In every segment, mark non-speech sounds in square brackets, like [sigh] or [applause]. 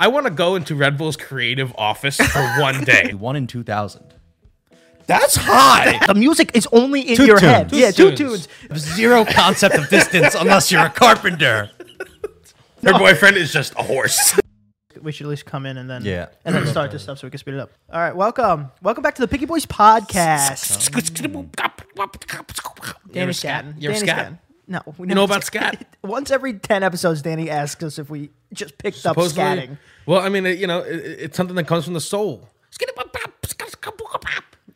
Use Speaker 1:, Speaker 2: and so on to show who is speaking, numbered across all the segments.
Speaker 1: I want to go into Red Bull's creative office for one [laughs] day.
Speaker 2: One in two thousand.
Speaker 1: That's high.
Speaker 3: The music is only in
Speaker 2: Two
Speaker 3: your
Speaker 2: tunes.
Speaker 3: head.
Speaker 2: Two
Speaker 3: yeah, two
Speaker 1: tunes.
Speaker 3: tunes.
Speaker 2: [laughs] Zero concept of distance unless you're a carpenter.
Speaker 1: Her boyfriend is just a horse.
Speaker 3: We should at least come in and then
Speaker 2: Yeah.
Speaker 3: and then start this stuff so we can speed it up. All right, welcome, welcome back to the Picky Boys podcast.
Speaker 1: You're
Speaker 3: Danny
Speaker 1: a scat.
Speaker 3: Scatton.
Speaker 1: You're a
Speaker 3: Danny
Speaker 1: scat.
Speaker 3: Scatton. No, we
Speaker 1: You know about scat?
Speaker 3: [laughs] Once every ten episodes, Danny asks us if we just picked
Speaker 1: Supposedly-
Speaker 3: up scatting.
Speaker 1: Well, I mean, it, you know, it, it- it's something that comes from the soul.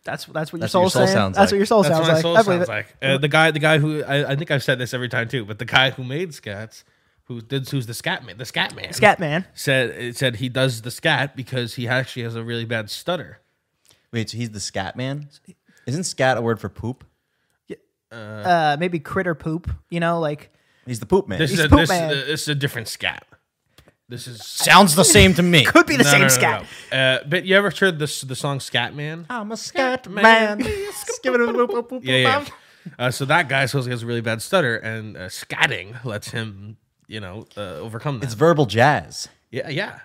Speaker 3: That's that's what
Speaker 2: That's
Speaker 3: your soul,
Speaker 2: what your soul
Speaker 3: saying?
Speaker 2: sounds like.
Speaker 3: That's what your soul
Speaker 1: That's what
Speaker 3: sounds
Speaker 1: my
Speaker 3: like.
Speaker 1: soul
Speaker 3: I believe
Speaker 1: sounds
Speaker 3: it.
Speaker 1: like. Uh, the guy, the guy who I, I think I've said this every time too, but the guy who made scats, who did, who's the scat man, the scat man,
Speaker 3: Scat man.
Speaker 1: said it said he does the scat because he actually has a really bad stutter.
Speaker 2: Wait, so he's the scat man? Isn't scat a word for poop?
Speaker 3: Uh, maybe critter poop. You know, like
Speaker 2: He's the poop man.
Speaker 1: This
Speaker 3: He's
Speaker 1: is a,
Speaker 3: poop
Speaker 1: this,
Speaker 3: man.
Speaker 1: this is a different scat. This is
Speaker 2: sounds the same to me.
Speaker 3: could be the
Speaker 1: No,
Speaker 3: same
Speaker 1: no, no,
Speaker 3: scat. Oh,
Speaker 1: no. Uh, but you ever heard this the song Scat Man?
Speaker 2: I'm a scat
Speaker 1: man.
Speaker 2: Give it a boop, boop, boop,
Speaker 1: yeah, yeah. Uh, so that guy supposedly has a really bad stutter, and uh, scatting lets him, you know, uh, overcome that.
Speaker 2: It's verbal jazz.
Speaker 1: yeah, yeah.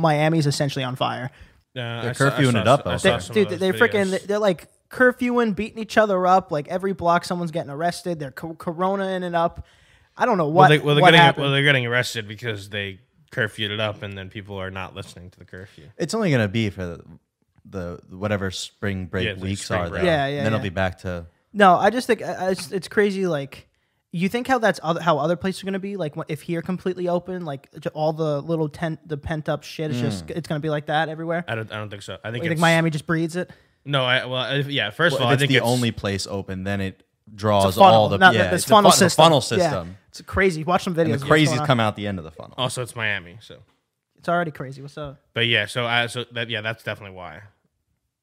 Speaker 3: Miami's essentially on fire.
Speaker 1: Uh, I
Speaker 2: They're
Speaker 1: saw- I
Speaker 2: curfewing
Speaker 1: saw-
Speaker 2: it up
Speaker 1: I
Speaker 2: out
Speaker 1: saw
Speaker 2: there.
Speaker 1: some of
Speaker 3: Dude,
Speaker 1: those
Speaker 3: they're freaking.
Speaker 1: videos.
Speaker 3: They're like curfewing, beating each other up. Like every block, someone's getting arrested. They're co- corona in and up. I don't know
Speaker 1: Well,
Speaker 3: what.
Speaker 1: they, well, they're
Speaker 3: what
Speaker 1: getting,
Speaker 3: happened.
Speaker 1: well, they're getting arrested because they curfewed it up, and then people are not listening to the curfew.
Speaker 2: It's only gonna be for the, the whatever spring break
Speaker 1: Yeah, the
Speaker 2: weeks
Speaker 1: spring
Speaker 2: are
Speaker 1: break.
Speaker 2: there.
Speaker 3: Yeah, yeah,
Speaker 2: And then
Speaker 3: yeah.
Speaker 2: I'll be back to
Speaker 3: No, I just think I- I- it's, it's crazy. Like, you think how that's other, how other places are going to be. Like, wh- if here completely open, like j- all the little tent, the pent up shit is just
Speaker 2: Mm.
Speaker 3: it's going to be like that everywhere.
Speaker 1: I don't, I don't think so. I think,
Speaker 3: You
Speaker 1: it's,
Speaker 3: think Miami just breeds it?
Speaker 1: No, I, well, I, yeah. First
Speaker 2: well,
Speaker 1: of all,
Speaker 2: if
Speaker 1: I
Speaker 2: it's
Speaker 1: think
Speaker 2: the
Speaker 1: it's,
Speaker 2: only place open, then it draws
Speaker 3: Funnel,
Speaker 2: all the
Speaker 3: not-
Speaker 2: yeah,
Speaker 3: this
Speaker 2: it's a
Speaker 3: funnel
Speaker 2: fun- it's a
Speaker 3: system.
Speaker 2: funnel
Speaker 3: Yeah.
Speaker 2: system.
Speaker 3: It's crazy. Watch some videos.
Speaker 2: And
Speaker 3: What's
Speaker 2: the
Speaker 3: going
Speaker 2: crazies
Speaker 3: on? Oh,
Speaker 2: come out the end of the funnel.
Speaker 1: Also, it's Miami. So,
Speaker 3: It's already crazy. What's up?
Speaker 1: but yeah. So, I, so that yeah, that's definitely why.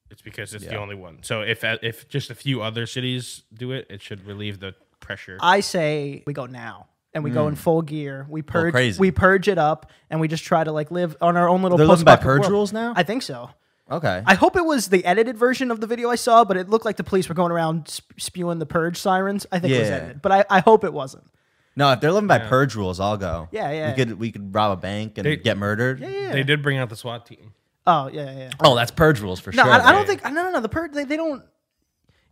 Speaker 1: It's because it's the
Speaker 2: Yeah.
Speaker 1: only one. So if uh, if just a few other cities do it, it should relieve the pressure.
Speaker 3: I say we go now and we go in full gear. We purge.
Speaker 2: Mm. crazy.
Speaker 3: We purge it up and we just try to like live on our own little.
Speaker 2: They're living by
Speaker 3: post-apocalyptic
Speaker 2: purge
Speaker 3: world.
Speaker 2: rules now?
Speaker 3: I think so.
Speaker 2: Okay.
Speaker 3: I hope it was the edited version of the video I saw, but it looked like the police were going around sp- spewing the purge sirens. I think it was
Speaker 2: Yeah.
Speaker 3: edited, but I, I hope it wasn't.
Speaker 2: no, if they're living by purge rules, I'll go.
Speaker 3: Yeah, yeah.
Speaker 2: We could we could rob a bank and
Speaker 1: They-
Speaker 2: get murdered.
Speaker 1: They did bring out the SWAT team.
Speaker 3: Oh yeah, yeah. yeah.
Speaker 2: Oh, that's purge rules for
Speaker 3: No,
Speaker 2: sure.
Speaker 3: I, I don't think. No, no, no. The purge. They, they don't.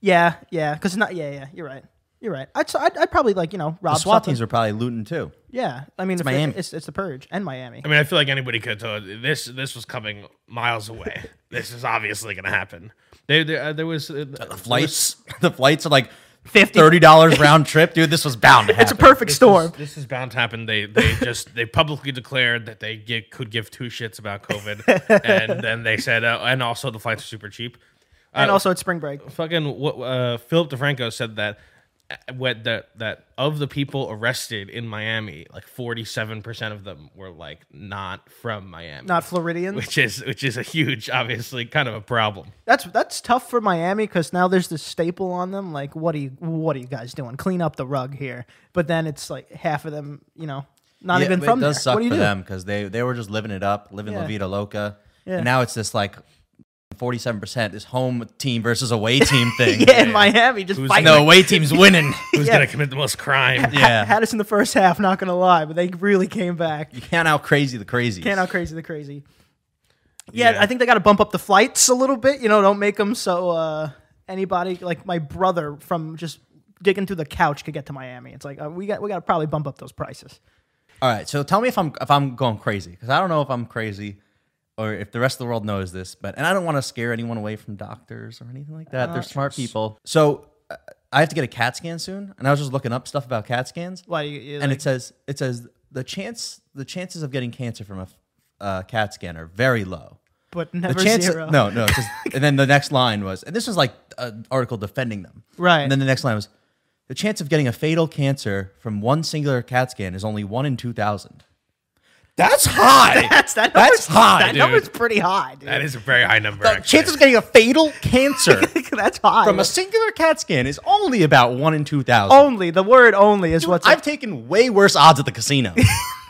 Speaker 3: Yeah, yeah. Because not. Yeah, yeah. You're right. You're right. I'd, I'd, I'd probably like you know rob
Speaker 2: the SWAT
Speaker 3: something.
Speaker 2: teams are probably looting too.
Speaker 3: Yeah, I mean, if it-
Speaker 2: Miami.
Speaker 3: It's, it's the purge and Miami.
Speaker 1: I mean, I feel like anybody could. Tell this this was coming miles away. this is obviously going to happen. They, they, uh, there was uh, the
Speaker 2: Flights, [laughs] the flights are like thirty
Speaker 3: [laughs]
Speaker 2: dollars round trip, dude. This was bound to happen.
Speaker 3: It's a perfect storm.
Speaker 1: This is bound to happen. They they [laughs] just they publicly declared that they gi- could give two shits about COVID, and then they said, uh, and also the flights are super cheap.
Speaker 3: and also it's spring break.
Speaker 1: Fucking what? Uh, Philip DeFranco said that. uh, What that that of the people arrested in Miami, like forty seven percent of them were like not from Miami,
Speaker 3: Not Floridians.
Speaker 1: which is which is a huge, obviously, kind of a
Speaker 3: [laughs]
Speaker 1: problem.
Speaker 3: That's that's tough for Miami because now there's this staple on them. Like, what are you what are you guys doing? Clean up the rug here. But then it's like half of them, you know, not
Speaker 2: Yeah,
Speaker 3: even
Speaker 2: but
Speaker 3: from
Speaker 2: it does
Speaker 3: there.
Speaker 2: suck
Speaker 3: what do you
Speaker 2: for
Speaker 3: do?
Speaker 2: them because they they were just living it up, living
Speaker 3: Yeah.
Speaker 2: La Vida Loca.
Speaker 3: Yeah.
Speaker 2: And now it's this like forty seven percent this home team versus away
Speaker 3: [laughs]
Speaker 2: team thing.
Speaker 3: [laughs] Yeah, in Miami, just
Speaker 1: Who's
Speaker 3: fighting.
Speaker 2: No, away
Speaker 3: [laughs]
Speaker 2: team's winning.
Speaker 1: Who's
Speaker 3: Yeah.
Speaker 1: gonna commit the most
Speaker 3: [laughs]
Speaker 1: crime? [laughs]
Speaker 2: yeah.
Speaker 3: Had us in the first [laughs] half, not gonna lie, but they really came back.
Speaker 2: You can't out crazy the crazy.
Speaker 3: Can't how crazy the crazy. Yeah,
Speaker 1: Yeah.
Speaker 3: I think they got to bump up the flights a little bit. You know, don't make them so uh, anybody like my brother from just digging through the couch could get to Miami. It's like uh, we got we got to probably bump up those prices.
Speaker 2: All right, so tell me if I'm if I'm going crazy because I don't know if I'm crazy or if the rest of the world knows this, but and I don't want to scare anyone away from doctors or anything like that. They're smart people. So uh, I have to get a CAT scan soon, and I was just looking up stuff about CAT scans,
Speaker 3: Why you, you
Speaker 2: and
Speaker 3: like-
Speaker 2: it says it says the chance the chances of getting cancer from a f- uh, CAT scan are very low.
Speaker 3: but
Speaker 2: The
Speaker 3: never
Speaker 2: chance
Speaker 3: zero.
Speaker 2: no no it [laughs] says- and then the next line was and this was like an article defending them
Speaker 3: Right.
Speaker 2: and then the next line was the chance of getting a fatal cancer from one singular CAT scan is only one in two thousand.
Speaker 1: That's high.
Speaker 3: That's that.
Speaker 2: That's
Speaker 3: Number's,
Speaker 2: high,
Speaker 3: That
Speaker 2: dude.
Speaker 3: number's pretty high, dude.
Speaker 1: That is a very high number.
Speaker 2: The
Speaker 1: actually.
Speaker 2: chances of getting a fatal cancer
Speaker 3: [laughs] That's
Speaker 2: [laughs]
Speaker 3: high.
Speaker 2: from a singular CAT scan is only about one in two thousand.
Speaker 3: only the word only is what's.
Speaker 2: I've taken way worse odds at the casino.
Speaker 3: [laughs]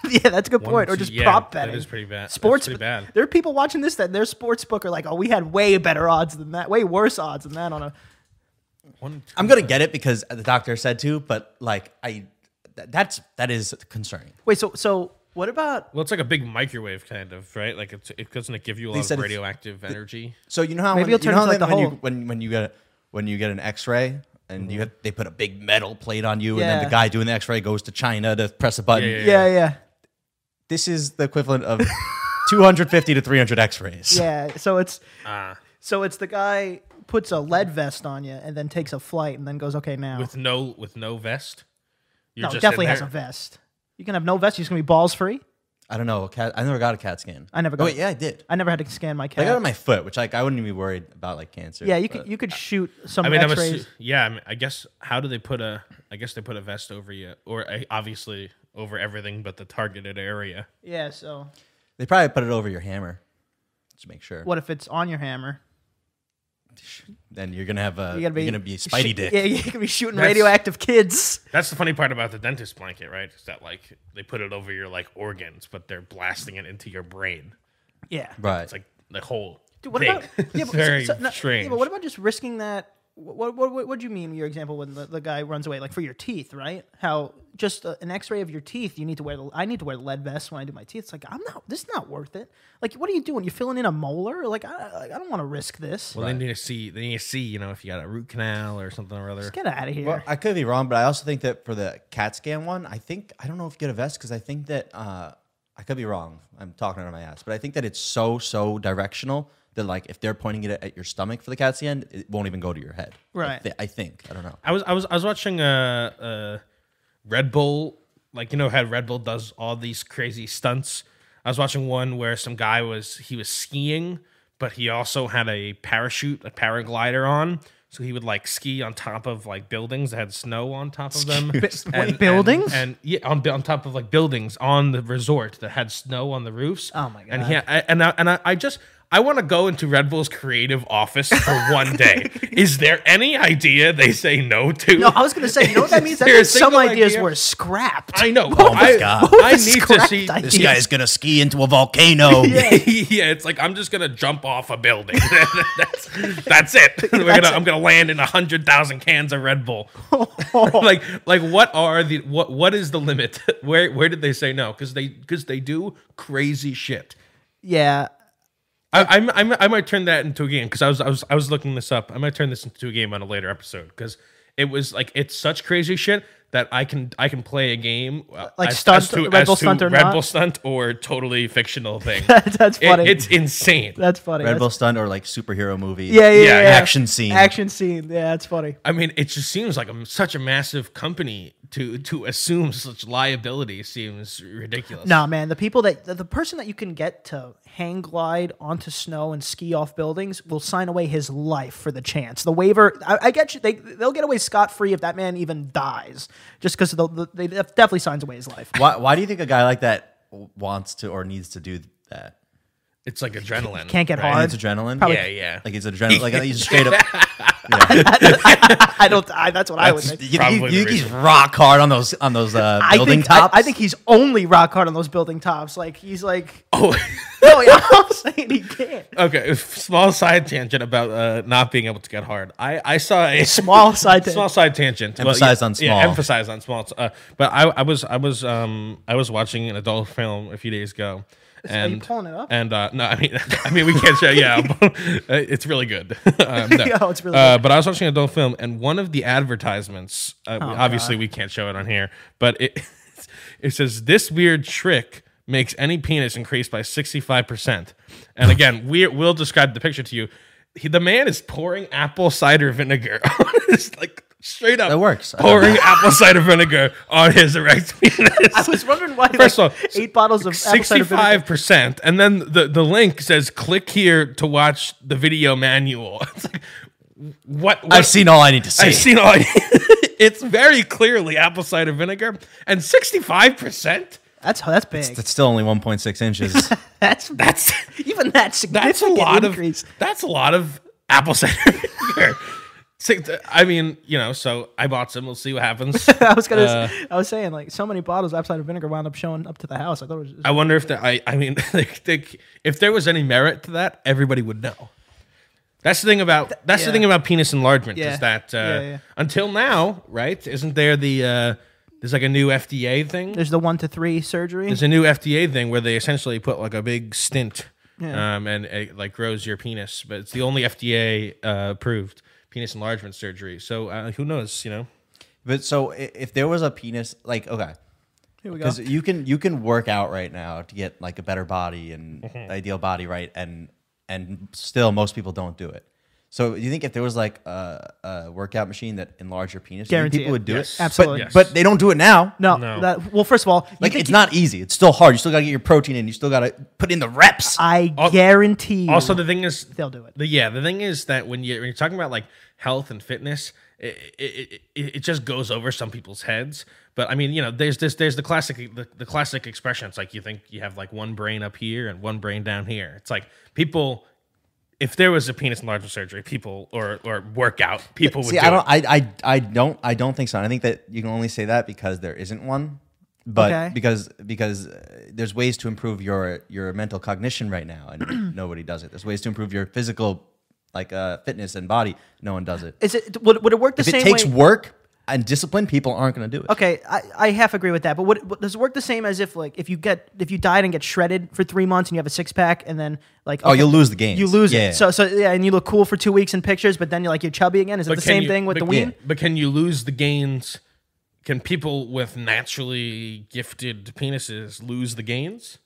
Speaker 3: yeah, that's a good point.
Speaker 1: two-
Speaker 3: Or just
Speaker 1: yeah,
Speaker 3: prop
Speaker 1: that
Speaker 3: betting.
Speaker 1: is pretty bad. That's
Speaker 3: Sports.
Speaker 1: pretty bad.
Speaker 3: There are people watching this that their sports book are like, oh, we had way better odds than that, way worse odds than that on a.
Speaker 1: One, two-
Speaker 2: I'm gonna get it because the doctor said to, but like I, th- that's that is concerning.
Speaker 3: Wait, so so What about
Speaker 1: Well, it's like a big microwave, kind of, right? Like, it's, it doesn't it give you a
Speaker 2: They
Speaker 1: lot
Speaker 2: said
Speaker 1: of
Speaker 2: it's-
Speaker 1: radioactive energy?
Speaker 2: So you know how
Speaker 3: Maybe
Speaker 2: when,
Speaker 3: it'll turn
Speaker 2: you know how
Speaker 3: into, like,
Speaker 2: then
Speaker 3: the
Speaker 2: when you
Speaker 3: Hulk. Mm-hmm.
Speaker 2: when when you get a, when you get an X-ray and you have, they put a big metal plate on you, and then
Speaker 3: Yeah.
Speaker 2: the guy doing the X-ray goes to China to press a button.
Speaker 1: Yeah, yeah,
Speaker 3: yeah, yeah,
Speaker 2: This is the equivalent of [laughs] 250 to 300 X-rays.
Speaker 3: yeah. So it's
Speaker 1: [laughs] Ah,
Speaker 3: so it's the guy puts a lead vest on you and then takes a flight and then goes, okay, now
Speaker 1: with no with no vest. You're
Speaker 3: no,
Speaker 1: just in
Speaker 3: definitely has a
Speaker 1: there.
Speaker 3: vest. You can have no vest. You're just gonna be balls free.
Speaker 2: I don't know. a Cat, I never got a CAT scan.
Speaker 3: I never
Speaker 2: Oh,
Speaker 3: got
Speaker 2: wait,
Speaker 3: it.
Speaker 2: yeah, I did.
Speaker 3: I never had to scan my
Speaker 2: I
Speaker 3: cat.
Speaker 2: got it on my foot, which like I wouldn't even be worried about like cancer.
Speaker 3: yeah, you
Speaker 2: but-
Speaker 3: could you could shoot some
Speaker 1: uh, I mean, I'm
Speaker 3: X-rays.
Speaker 1: assu- yeah. I, mean, I guess how do they put a? I guess they put a vest over you, or uh, obviously over everything but the targeted area.
Speaker 3: yeah. So
Speaker 2: They probably put it over your hammer to make sure.
Speaker 3: what if it's on your hammer?
Speaker 2: Then you're gonna have a
Speaker 3: You
Speaker 2: you are
Speaker 3: gotta be
Speaker 2: gonna be Spidey
Speaker 3: shoot-
Speaker 2: Dick.
Speaker 3: [laughs] Yeah, you could be shooting
Speaker 1: That's-
Speaker 3: radioactive kids.
Speaker 1: That's the funny part about the dentist blanket, right? Is that like they put it over your like organs, but they're blasting it into your brain.
Speaker 3: Yeah.
Speaker 2: Right.
Speaker 1: It's like the whole.
Speaker 3: Dude, what
Speaker 1: thing.
Speaker 3: about yeah, but,
Speaker 1: [laughs] It's
Speaker 3: so-
Speaker 1: very
Speaker 3: so- no,
Speaker 1: strange.
Speaker 3: Yeah, but what about just risking that? What what what what do you mean your example when the, the guy runs away? Like for your teeth, right? How just uh, an X-ray of your teeth, you need to wear. The, I need to wear the lead vest when I do my teeth. It's like I'm not. This is not worth it. Like what are you doing? You're filling in a molar. Like I like, I don't want to risk this.
Speaker 1: well, they need to see. They need to see. You know, if you got a root canal or something or other.
Speaker 3: Get out of here.
Speaker 2: Well, I could be wrong, but I also think that for the CAT scan one, I think I don't know if you get a vest because I think that uh, I could be wrong. I'm talking out of my ass, but I think that it's so so directional that like if they're pointing it at your stomach for the CAT scan, it won't even go to your head. I
Speaker 3: Right.
Speaker 2: thi- I, think I don't know.
Speaker 1: I was I was I was watching uh, uh Red Bull like you know how Red Bull does all these crazy stunts. I was watching one where some guy was he was skiing, but he also had a parachute, a paraglider on. So he would like ski on top of like buildings that had snow on top of them.
Speaker 3: Bi- wait, buildings?
Speaker 1: And, yeah, on on top of like buildings on the resort that had snow on the roofs.
Speaker 3: Oh my
Speaker 1: And he I, and I, and I, I just I want to go into Red Bull's creative office for one day. Is there any idea they say no to?
Speaker 3: [laughs] no, I was gonna say. You
Speaker 2: [laughs]
Speaker 3: know what that means? That
Speaker 1: There
Speaker 3: means
Speaker 1: is
Speaker 3: some
Speaker 1: single
Speaker 3: ideas
Speaker 1: idea-
Speaker 3: were scrapped.
Speaker 1: [laughs] I know.
Speaker 3: Oh my
Speaker 1: I,
Speaker 2: God.
Speaker 1: I
Speaker 3: This
Speaker 1: need to
Speaker 3: correct
Speaker 1: see.
Speaker 3: idea.
Speaker 2: This guy's gonna ski into a [laughs]
Speaker 1: [laughs]
Speaker 2: volcano.
Speaker 1: yeah, it's like I'm just gonna jump off a building. [laughs] that's, that's it.
Speaker 3: [laughs]
Speaker 1: We're gonna, I'm gonna land in hundred thousand cans of Red Bull. like, like what are the what? What is the limit? [laughs] Where where did they say no? Because they because they do crazy shit.
Speaker 3: Yeah. [laughs]
Speaker 1: I, I'm, I'm, I might turn that into a game because I was, I was, I was looking this up. I might turn this into a game on a later episode because it was like it's such crazy shit that I can, I can play a game uh,
Speaker 3: Like stunt- Red Bull stunt or
Speaker 1: Red
Speaker 3: not?
Speaker 1: Bull stunt or totally fictional
Speaker 3: [laughs]
Speaker 1: thing.
Speaker 3: That's
Speaker 1: It-
Speaker 3: funny.
Speaker 1: it's insane.
Speaker 3: that's funny.
Speaker 2: Red
Speaker 3: That's-
Speaker 2: Bull stunt or like superhero movie.
Speaker 3: Yeah, yeah, yeah,
Speaker 1: Yeah,
Speaker 3: yeah.
Speaker 2: action scene.
Speaker 3: Action scene. Yeah, that's funny.
Speaker 1: I mean, it just seems like a, such a massive company to to assume such liability seems ridiculous.
Speaker 3: Nah, man, the people that the, the person that you can get to hang glide onto snow and ski off buildings will sign away his life for the chance. The waiver, I, I get you. They they'll get away scot free if that man even dies, just because the, they def- definitely signs away his life. [laughs]
Speaker 2: Why, why do you think a guy like that wants to or needs to do that?
Speaker 1: it's like adrenaline.
Speaker 3: Can't get
Speaker 1: right?
Speaker 3: hard.
Speaker 2: It's adrenaline.
Speaker 3: Probably-
Speaker 1: Yeah, yeah.
Speaker 2: Like it's adrenaline. Like [laughs] he's straight up.
Speaker 3: I don't. I, that's what I would think.
Speaker 2: You, you-
Speaker 1: Probably the
Speaker 2: you think he's
Speaker 1: reason.
Speaker 2: rock hard on those on those uh,
Speaker 3: I
Speaker 2: building
Speaker 3: think, I-
Speaker 2: tops.
Speaker 3: I, think he's only rock hard on those building tops. Like he's like, [laughs]
Speaker 1: Oh.
Speaker 3: no, yeah, I'm saying he can't.
Speaker 1: [laughs] Okay, [laughs] small side tangent about uh, not being able to get hard. I, I saw a
Speaker 3: Small [laughs] side tangent.
Speaker 1: small side tangent.
Speaker 2: Emphasize on small.
Speaker 1: Yeah, emphasize on small. Uh, but I, I was I was um I was watching an adult [laughs] film a few days ago. And,
Speaker 3: pulling it up?
Speaker 1: And uh, no, I mean, [laughs] I mean, we can't show. Yeah, [laughs] but it's really good. [laughs] um,
Speaker 3: [laughs]
Speaker 1: no.
Speaker 3: Yeah, it's really
Speaker 1: Uh, but I was watching an adult film, and one of the advertisements. Uh,
Speaker 2: Oh,
Speaker 1: obviously, we can't show it on here, but it [laughs] it says this weird trick makes any penis increase by 65%. And again, we will describe the picture to you. He, the man is pouring apple cider vinegar [laughs] on his like straight up
Speaker 2: That works. I don't
Speaker 1: pouring apple cider vinegar on his
Speaker 2: [laughs]
Speaker 1: erect penis.
Speaker 3: I was wondering why.
Speaker 1: First
Speaker 3: like,
Speaker 1: of all,
Speaker 3: eight bottles of apple cider vinegar-
Speaker 1: 65% and then the, the link says click here to watch the video manual. [laughs] It's like what, what
Speaker 2: I've seen all I need to see.
Speaker 1: I've seen all. [laughs] it's very clearly apple cider vinegar, and sixty-five percent.
Speaker 3: That's that's big.
Speaker 2: That's still only 1.6
Speaker 3: [laughs]
Speaker 2: inches.
Speaker 3: That's [laughs]
Speaker 1: That's
Speaker 3: even that
Speaker 1: that's a
Speaker 3: significant
Speaker 1: lot
Speaker 3: increase. [laughs]
Speaker 1: of that's a lot of apple [laughs] cider vinegar. Six- I mean, you know. So I bought some. We'll see what happens.
Speaker 3: [laughs] I was gonna,
Speaker 2: uh,
Speaker 3: I was saying like so many bottles of apple cider vinegar wound up showing up to the house. I thought it was.
Speaker 1: I wonder if that. I I mean, [laughs] like, like, if there was any merit to that, everybody would know. That's the thing about that's
Speaker 3: yeah.
Speaker 1: the thing about penis enlargement
Speaker 3: Yeah.
Speaker 1: is that uh,
Speaker 3: Yeah, yeah.
Speaker 1: until now, right? Isn't there the uh, There's like a new FDA thing.
Speaker 3: There's the one to three surgery.
Speaker 1: There's a new FDA thing where they essentially put like a big stint, um, and it like grows your penis. But it's the only FDA uh, approved penis enlargement surgery. So uh, who knows? You know,
Speaker 2: But so i- if there was a penis, like okay,
Speaker 3: Here we go.
Speaker 2: because you can you can work out right now to get like a better body and
Speaker 3: Mm-hmm.
Speaker 2: the ideal body right, and and still most people don't do it. So do you think if there was like a, a workout machine that enlarged your penis, do you think
Speaker 3: Guarantee
Speaker 2: people
Speaker 3: it.
Speaker 2: would do
Speaker 1: Yes.
Speaker 2: it? But-
Speaker 3: Absolutely.
Speaker 1: Yes.
Speaker 2: But, they don't do it now.
Speaker 3: No,
Speaker 1: No.
Speaker 3: That, well, first of all, you
Speaker 2: Like
Speaker 3: think
Speaker 2: it's not easy. It's still hard. You still gotta get your protein in. You still gotta put in the reps.
Speaker 3: I guarantee. You
Speaker 1: Also, the thing is,
Speaker 3: they'll do it.
Speaker 1: the, yeah, the thing is that when, you, when you're talking about like health and fitness, it, it, it, it just goes over some people's heads. But I mean, you know, there's this, there's the classic, the, the classic expression. It's like you think you have like one brain up here and one brain down here. It's like people, if there was a penis enlargement surgery, people or or workout, people would
Speaker 2: See,
Speaker 1: do
Speaker 2: I don't.
Speaker 1: it.
Speaker 2: I, I I don't. I don't think so. And I think that you can only say that because there isn't one. But
Speaker 3: Okay.
Speaker 2: because because uh, there's ways to improve your your mental cognition right now,
Speaker 3: [clears throat]
Speaker 2: and nobody does it. There's ways to improve your physical like uh, fitness and body. No one does it.
Speaker 3: Is it would, would it work the
Speaker 2: If it
Speaker 3: same
Speaker 2: takes
Speaker 3: way?
Speaker 2: work and discipline, people aren't going to do it.
Speaker 3: Okay, I, I half agree with that, but would, would- does it work the same as if like if you get if you diet and get shredded for three months and you have a six pack and then like
Speaker 2: Oh,
Speaker 3: okay,
Speaker 2: you'll lose the gains.
Speaker 3: you lose
Speaker 2: Yeah.
Speaker 3: it so so yeah and you look cool for two weeks in pictures but then you're like you're chubby again is it
Speaker 1: But
Speaker 3: the
Speaker 1: can
Speaker 3: same
Speaker 1: you-
Speaker 3: thing with
Speaker 1: but,
Speaker 3: the wean?
Speaker 1: But can you lose the gains? Can people with naturally gifted penises lose the gains?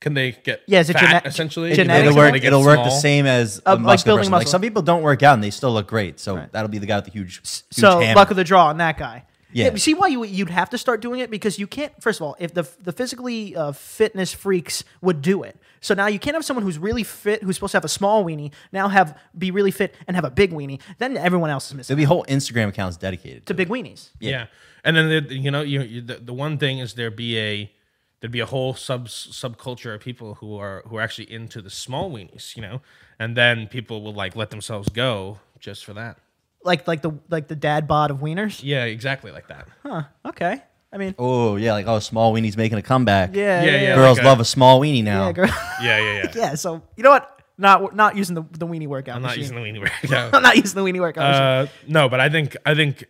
Speaker 1: Can they get
Speaker 3: Yeah, is it
Speaker 1: fat,
Speaker 3: gene-
Speaker 1: essentially?
Speaker 3: It'll
Speaker 1: Can they
Speaker 2: It'll
Speaker 3: genetics
Speaker 1: get
Speaker 2: work.
Speaker 3: and
Speaker 1: small?
Speaker 2: It'll work the same as a
Speaker 3: Of, like,
Speaker 2: muscular
Speaker 3: building
Speaker 2: person. Like
Speaker 3: muscle.
Speaker 2: some people don't work out and they still look great. So that'll be the guy with the huge, huge
Speaker 3: So
Speaker 2: hammer.
Speaker 3: luck of the draw on that guy.
Speaker 2: Yeah.
Speaker 3: See why you you'd have to start doing it because you can't. First of all, if the the physically uh, fitness freaks would do it, so now you can't have someone who's really fit who's supposed to have a small weenie now have be really fit and have a big weenie. Then everyone else is missing
Speaker 2: There'll be whole Instagram accounts dedicated.
Speaker 3: to big weenies.
Speaker 1: Yeah. And then there- you know you, you the, the one thing is there be a there'd be a whole sub subculture of people who are who are actually into the small weenies, you know, and then people will like let themselves go just for that.
Speaker 3: Like like the like the dad bod of wieners.
Speaker 1: Yeah, exactly like that.
Speaker 3: Huh. Okay. I mean.
Speaker 2: Oh yeah, like oh, small weenie's making a comeback.
Speaker 3: Yeah.
Speaker 1: Yeah,
Speaker 3: Yeah.
Speaker 1: yeah.
Speaker 3: Yeah.
Speaker 2: girls
Speaker 1: like a-
Speaker 2: love a small weenie now.
Speaker 3: yeah, girl. [laughs]
Speaker 1: Yeah, yeah, yeah.
Speaker 3: yeah. So you know what? Not not using the the weenie workout.
Speaker 1: I'm not
Speaker 3: machine.
Speaker 1: using the [laughs] weenie workout.
Speaker 3: [laughs] I'm not using the weenie workout. machine.
Speaker 1: Uh, no, but I think I think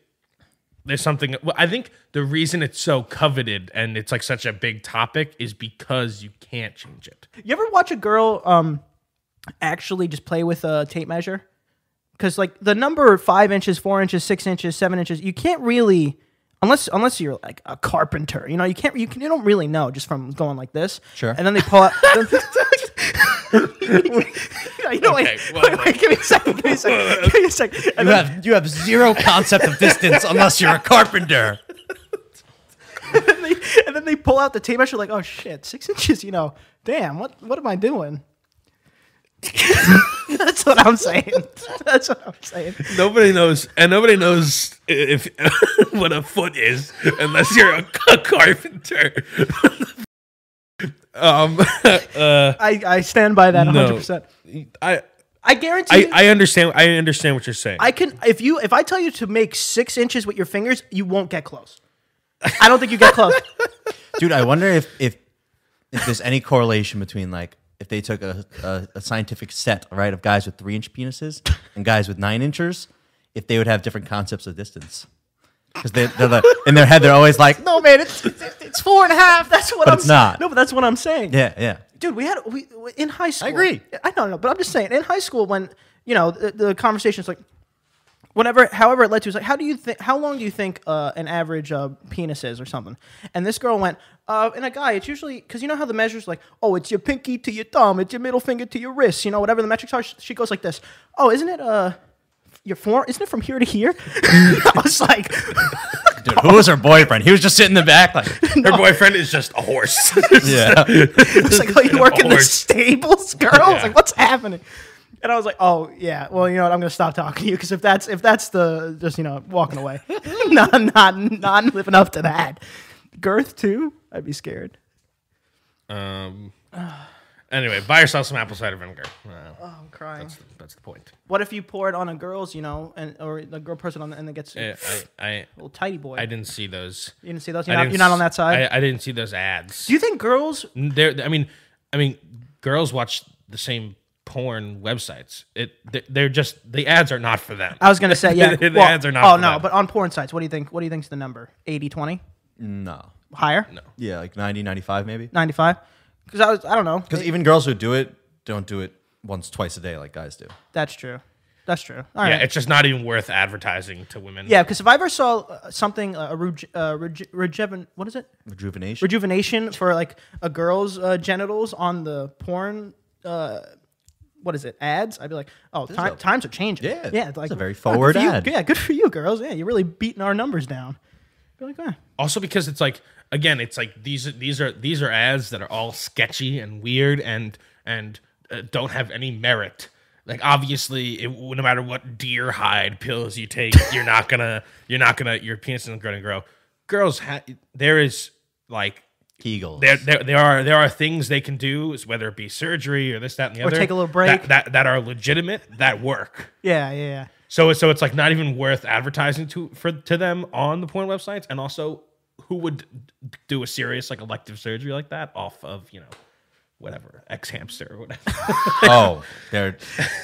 Speaker 1: there's something. Well, I think the reason it's so coveted and it's like such a big topic is because you can't change it.
Speaker 3: You ever watch a girl um actually just play with a tape measure? Because like the number five inches, four inches, six inches, seven inches, you can't really unless unless you're like a carpenter. You know, you can't you can, you don't really know just from going like this.
Speaker 2: Sure.
Speaker 3: And then they pull out. [laughs] you know,
Speaker 1: Okay,
Speaker 3: wait,
Speaker 1: well,
Speaker 3: [laughs] wait, wait, give me a second, give me a second, give me a second. And
Speaker 2: You
Speaker 3: then,
Speaker 2: have you have zero concept of distance unless you're a carpenter.
Speaker 3: and, they, and then they pull out the tape measure, like, oh shit, six inches. You know, damn, what what am I doing? [laughs] That's what I'm saying. That's what I'm saying.
Speaker 1: Nobody knows, and nobody knows if [laughs] what a foot is unless you're a, carpenter. um, uh,
Speaker 3: I, I stand by that 100%.
Speaker 1: I,
Speaker 3: I guarantee
Speaker 1: I
Speaker 3: you, I,
Speaker 1: I understand. I understand what you're saying.
Speaker 3: can if you if I tell you to make 6 inches with your fingers, you won't get close. I don't think you
Speaker 2: [laughs]
Speaker 3: get close.
Speaker 2: Dude, I wonder if if if there's any correlation between like if they took a, a, a scientific set, right, of guys with three inch penises and guys with nine inchers, if they would have different concepts of distance. Because they, they're like, in their head, they're always like, no,
Speaker 3: no man, it's it's [laughs] it's four and a half. That's what
Speaker 2: But
Speaker 3: I'm
Speaker 2: it's not.
Speaker 3: No, but that's what I'm saying.
Speaker 2: yeah, yeah.
Speaker 3: Dude, we had we in high school.
Speaker 2: agree.
Speaker 3: I don't know, but I'm just saying in high school when, you know, the, the conversation's like whatever however it led to is like how do you think how long do you think uh, an average uh, penis is or something and this girl went uh, and a guy it's usually because you know how the measures like oh it's your pinky to your thumb it's your middle finger to your wrist you know whatever the metrics are sh- she goes like this oh isn't it uh your form isn't it from here to here [laughs] i was like
Speaker 2: Dude, who was her boyfriend? He was just sitting in the back, like,
Speaker 3: [laughs]
Speaker 1: Her boyfriend is just a horse.
Speaker 2: yeah.
Speaker 3: i was [laughs] like oh you work in the
Speaker 1: Horse.
Speaker 3: stables girl I was
Speaker 1: Yeah.
Speaker 3: like what's happening and i was like oh yeah well you know what i'm gonna stop talking to you because if that's if that's the just you know walking [laughs] away not not not living up to that girth too i'd be scared
Speaker 1: [laughs] um. Anyway, buy yourself some apple cider vinegar. Uh,
Speaker 3: I'm crying.
Speaker 1: that's, that's the point.
Speaker 3: What if you pour it on a girl's, you know, and or the girl person on the, and it gets
Speaker 1: I,
Speaker 3: a
Speaker 1: I,
Speaker 3: little tidy boy?
Speaker 1: I didn't see those.
Speaker 3: you didn't see those.
Speaker 1: I
Speaker 3: You're not,
Speaker 1: didn't
Speaker 3: you're not
Speaker 1: s-
Speaker 3: on that side.
Speaker 1: I, uh, I didn't see those ads.
Speaker 3: Do you
Speaker 1: [laughs]
Speaker 3: think girls?
Speaker 1: There, I mean, I mean, girls watch the same porn websites. It, they- they're just the ads are not for them.
Speaker 3: I was gonna say
Speaker 1: [laughs]
Speaker 3: yeah.
Speaker 1: The
Speaker 3: well,
Speaker 1: ads are not
Speaker 3: Oh
Speaker 1: for
Speaker 3: no,
Speaker 1: that.
Speaker 3: but on porn sites, what do you think? What do you think's the number? 80, 20?
Speaker 2: Mm, No.
Speaker 3: Higher?
Speaker 1: No.
Speaker 2: Yeah, like 90, 95 maybe.
Speaker 3: 95? Because I was, I don't know.
Speaker 2: Because even girls who do it don't do it once, twice a day like guys do.
Speaker 3: That's true. That's true. All right.
Speaker 1: Yeah, it's just not even worth advertising to women.
Speaker 3: Yeah, because if I ever saw uh, something, uh, a ruj uh, reju- rejuven, what is it?
Speaker 2: Rejuvenation.
Speaker 3: Rejuvenation for like a girl's uh, genitals on the porn, uh, what is it? Ads? I'd be like, oh, time,
Speaker 2: a-
Speaker 3: times are changing.
Speaker 2: Yeah,
Speaker 3: yeah,
Speaker 2: it's
Speaker 3: like
Speaker 2: a very
Speaker 3: oh, good for
Speaker 2: forward
Speaker 3: you-
Speaker 2: ad.
Speaker 3: yeah, good for you, girls. Yeah, you're really beating our numbers down. Be like, eh.
Speaker 1: Also because it's like again, it's like these are- these are these are ads that are all sketchy and weird and and uh, don't have any merit. Like obviously, it, no matter what deer hide pills you
Speaker 3: [laughs]
Speaker 1: take, you're not gonna you're not gonna your penis isn't gonna grow. Girls, ha- there is like
Speaker 2: Kegels.
Speaker 1: there, there there are there are things they can do, whether it be surgery or this that and the other,
Speaker 3: take a little
Speaker 1: that-
Speaker 3: break.
Speaker 1: that that are legitimate that work.
Speaker 3: yeah, yeah, yeah.
Speaker 1: So so it's like not even worth advertising to for to them on the porn websites, and also who would d- do a serious like elective surgery like that off of you know whatever ex hamster or whatever.
Speaker 2: [laughs] oh, they're.
Speaker 3: [laughs]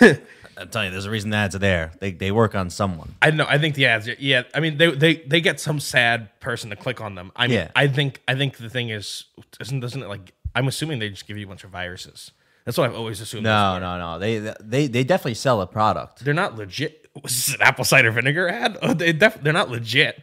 Speaker 2: I'm telling you, there's a reason the ads are there. They, they work on someone.
Speaker 1: [laughs] I don't know. I think the ads. Yeah, I mean they they they get some sad person to click on them. I mean,
Speaker 2: Yeah.
Speaker 1: I think I think the thing is isn't doesn't it like I'm assuming they just give you a bunch of viruses. That's what I've always assumed.
Speaker 2: No, no, no. They they they definitely sell a product.
Speaker 1: They're not legit. Was this an apple cider vinegar ad? Oh, they def- they're not legit.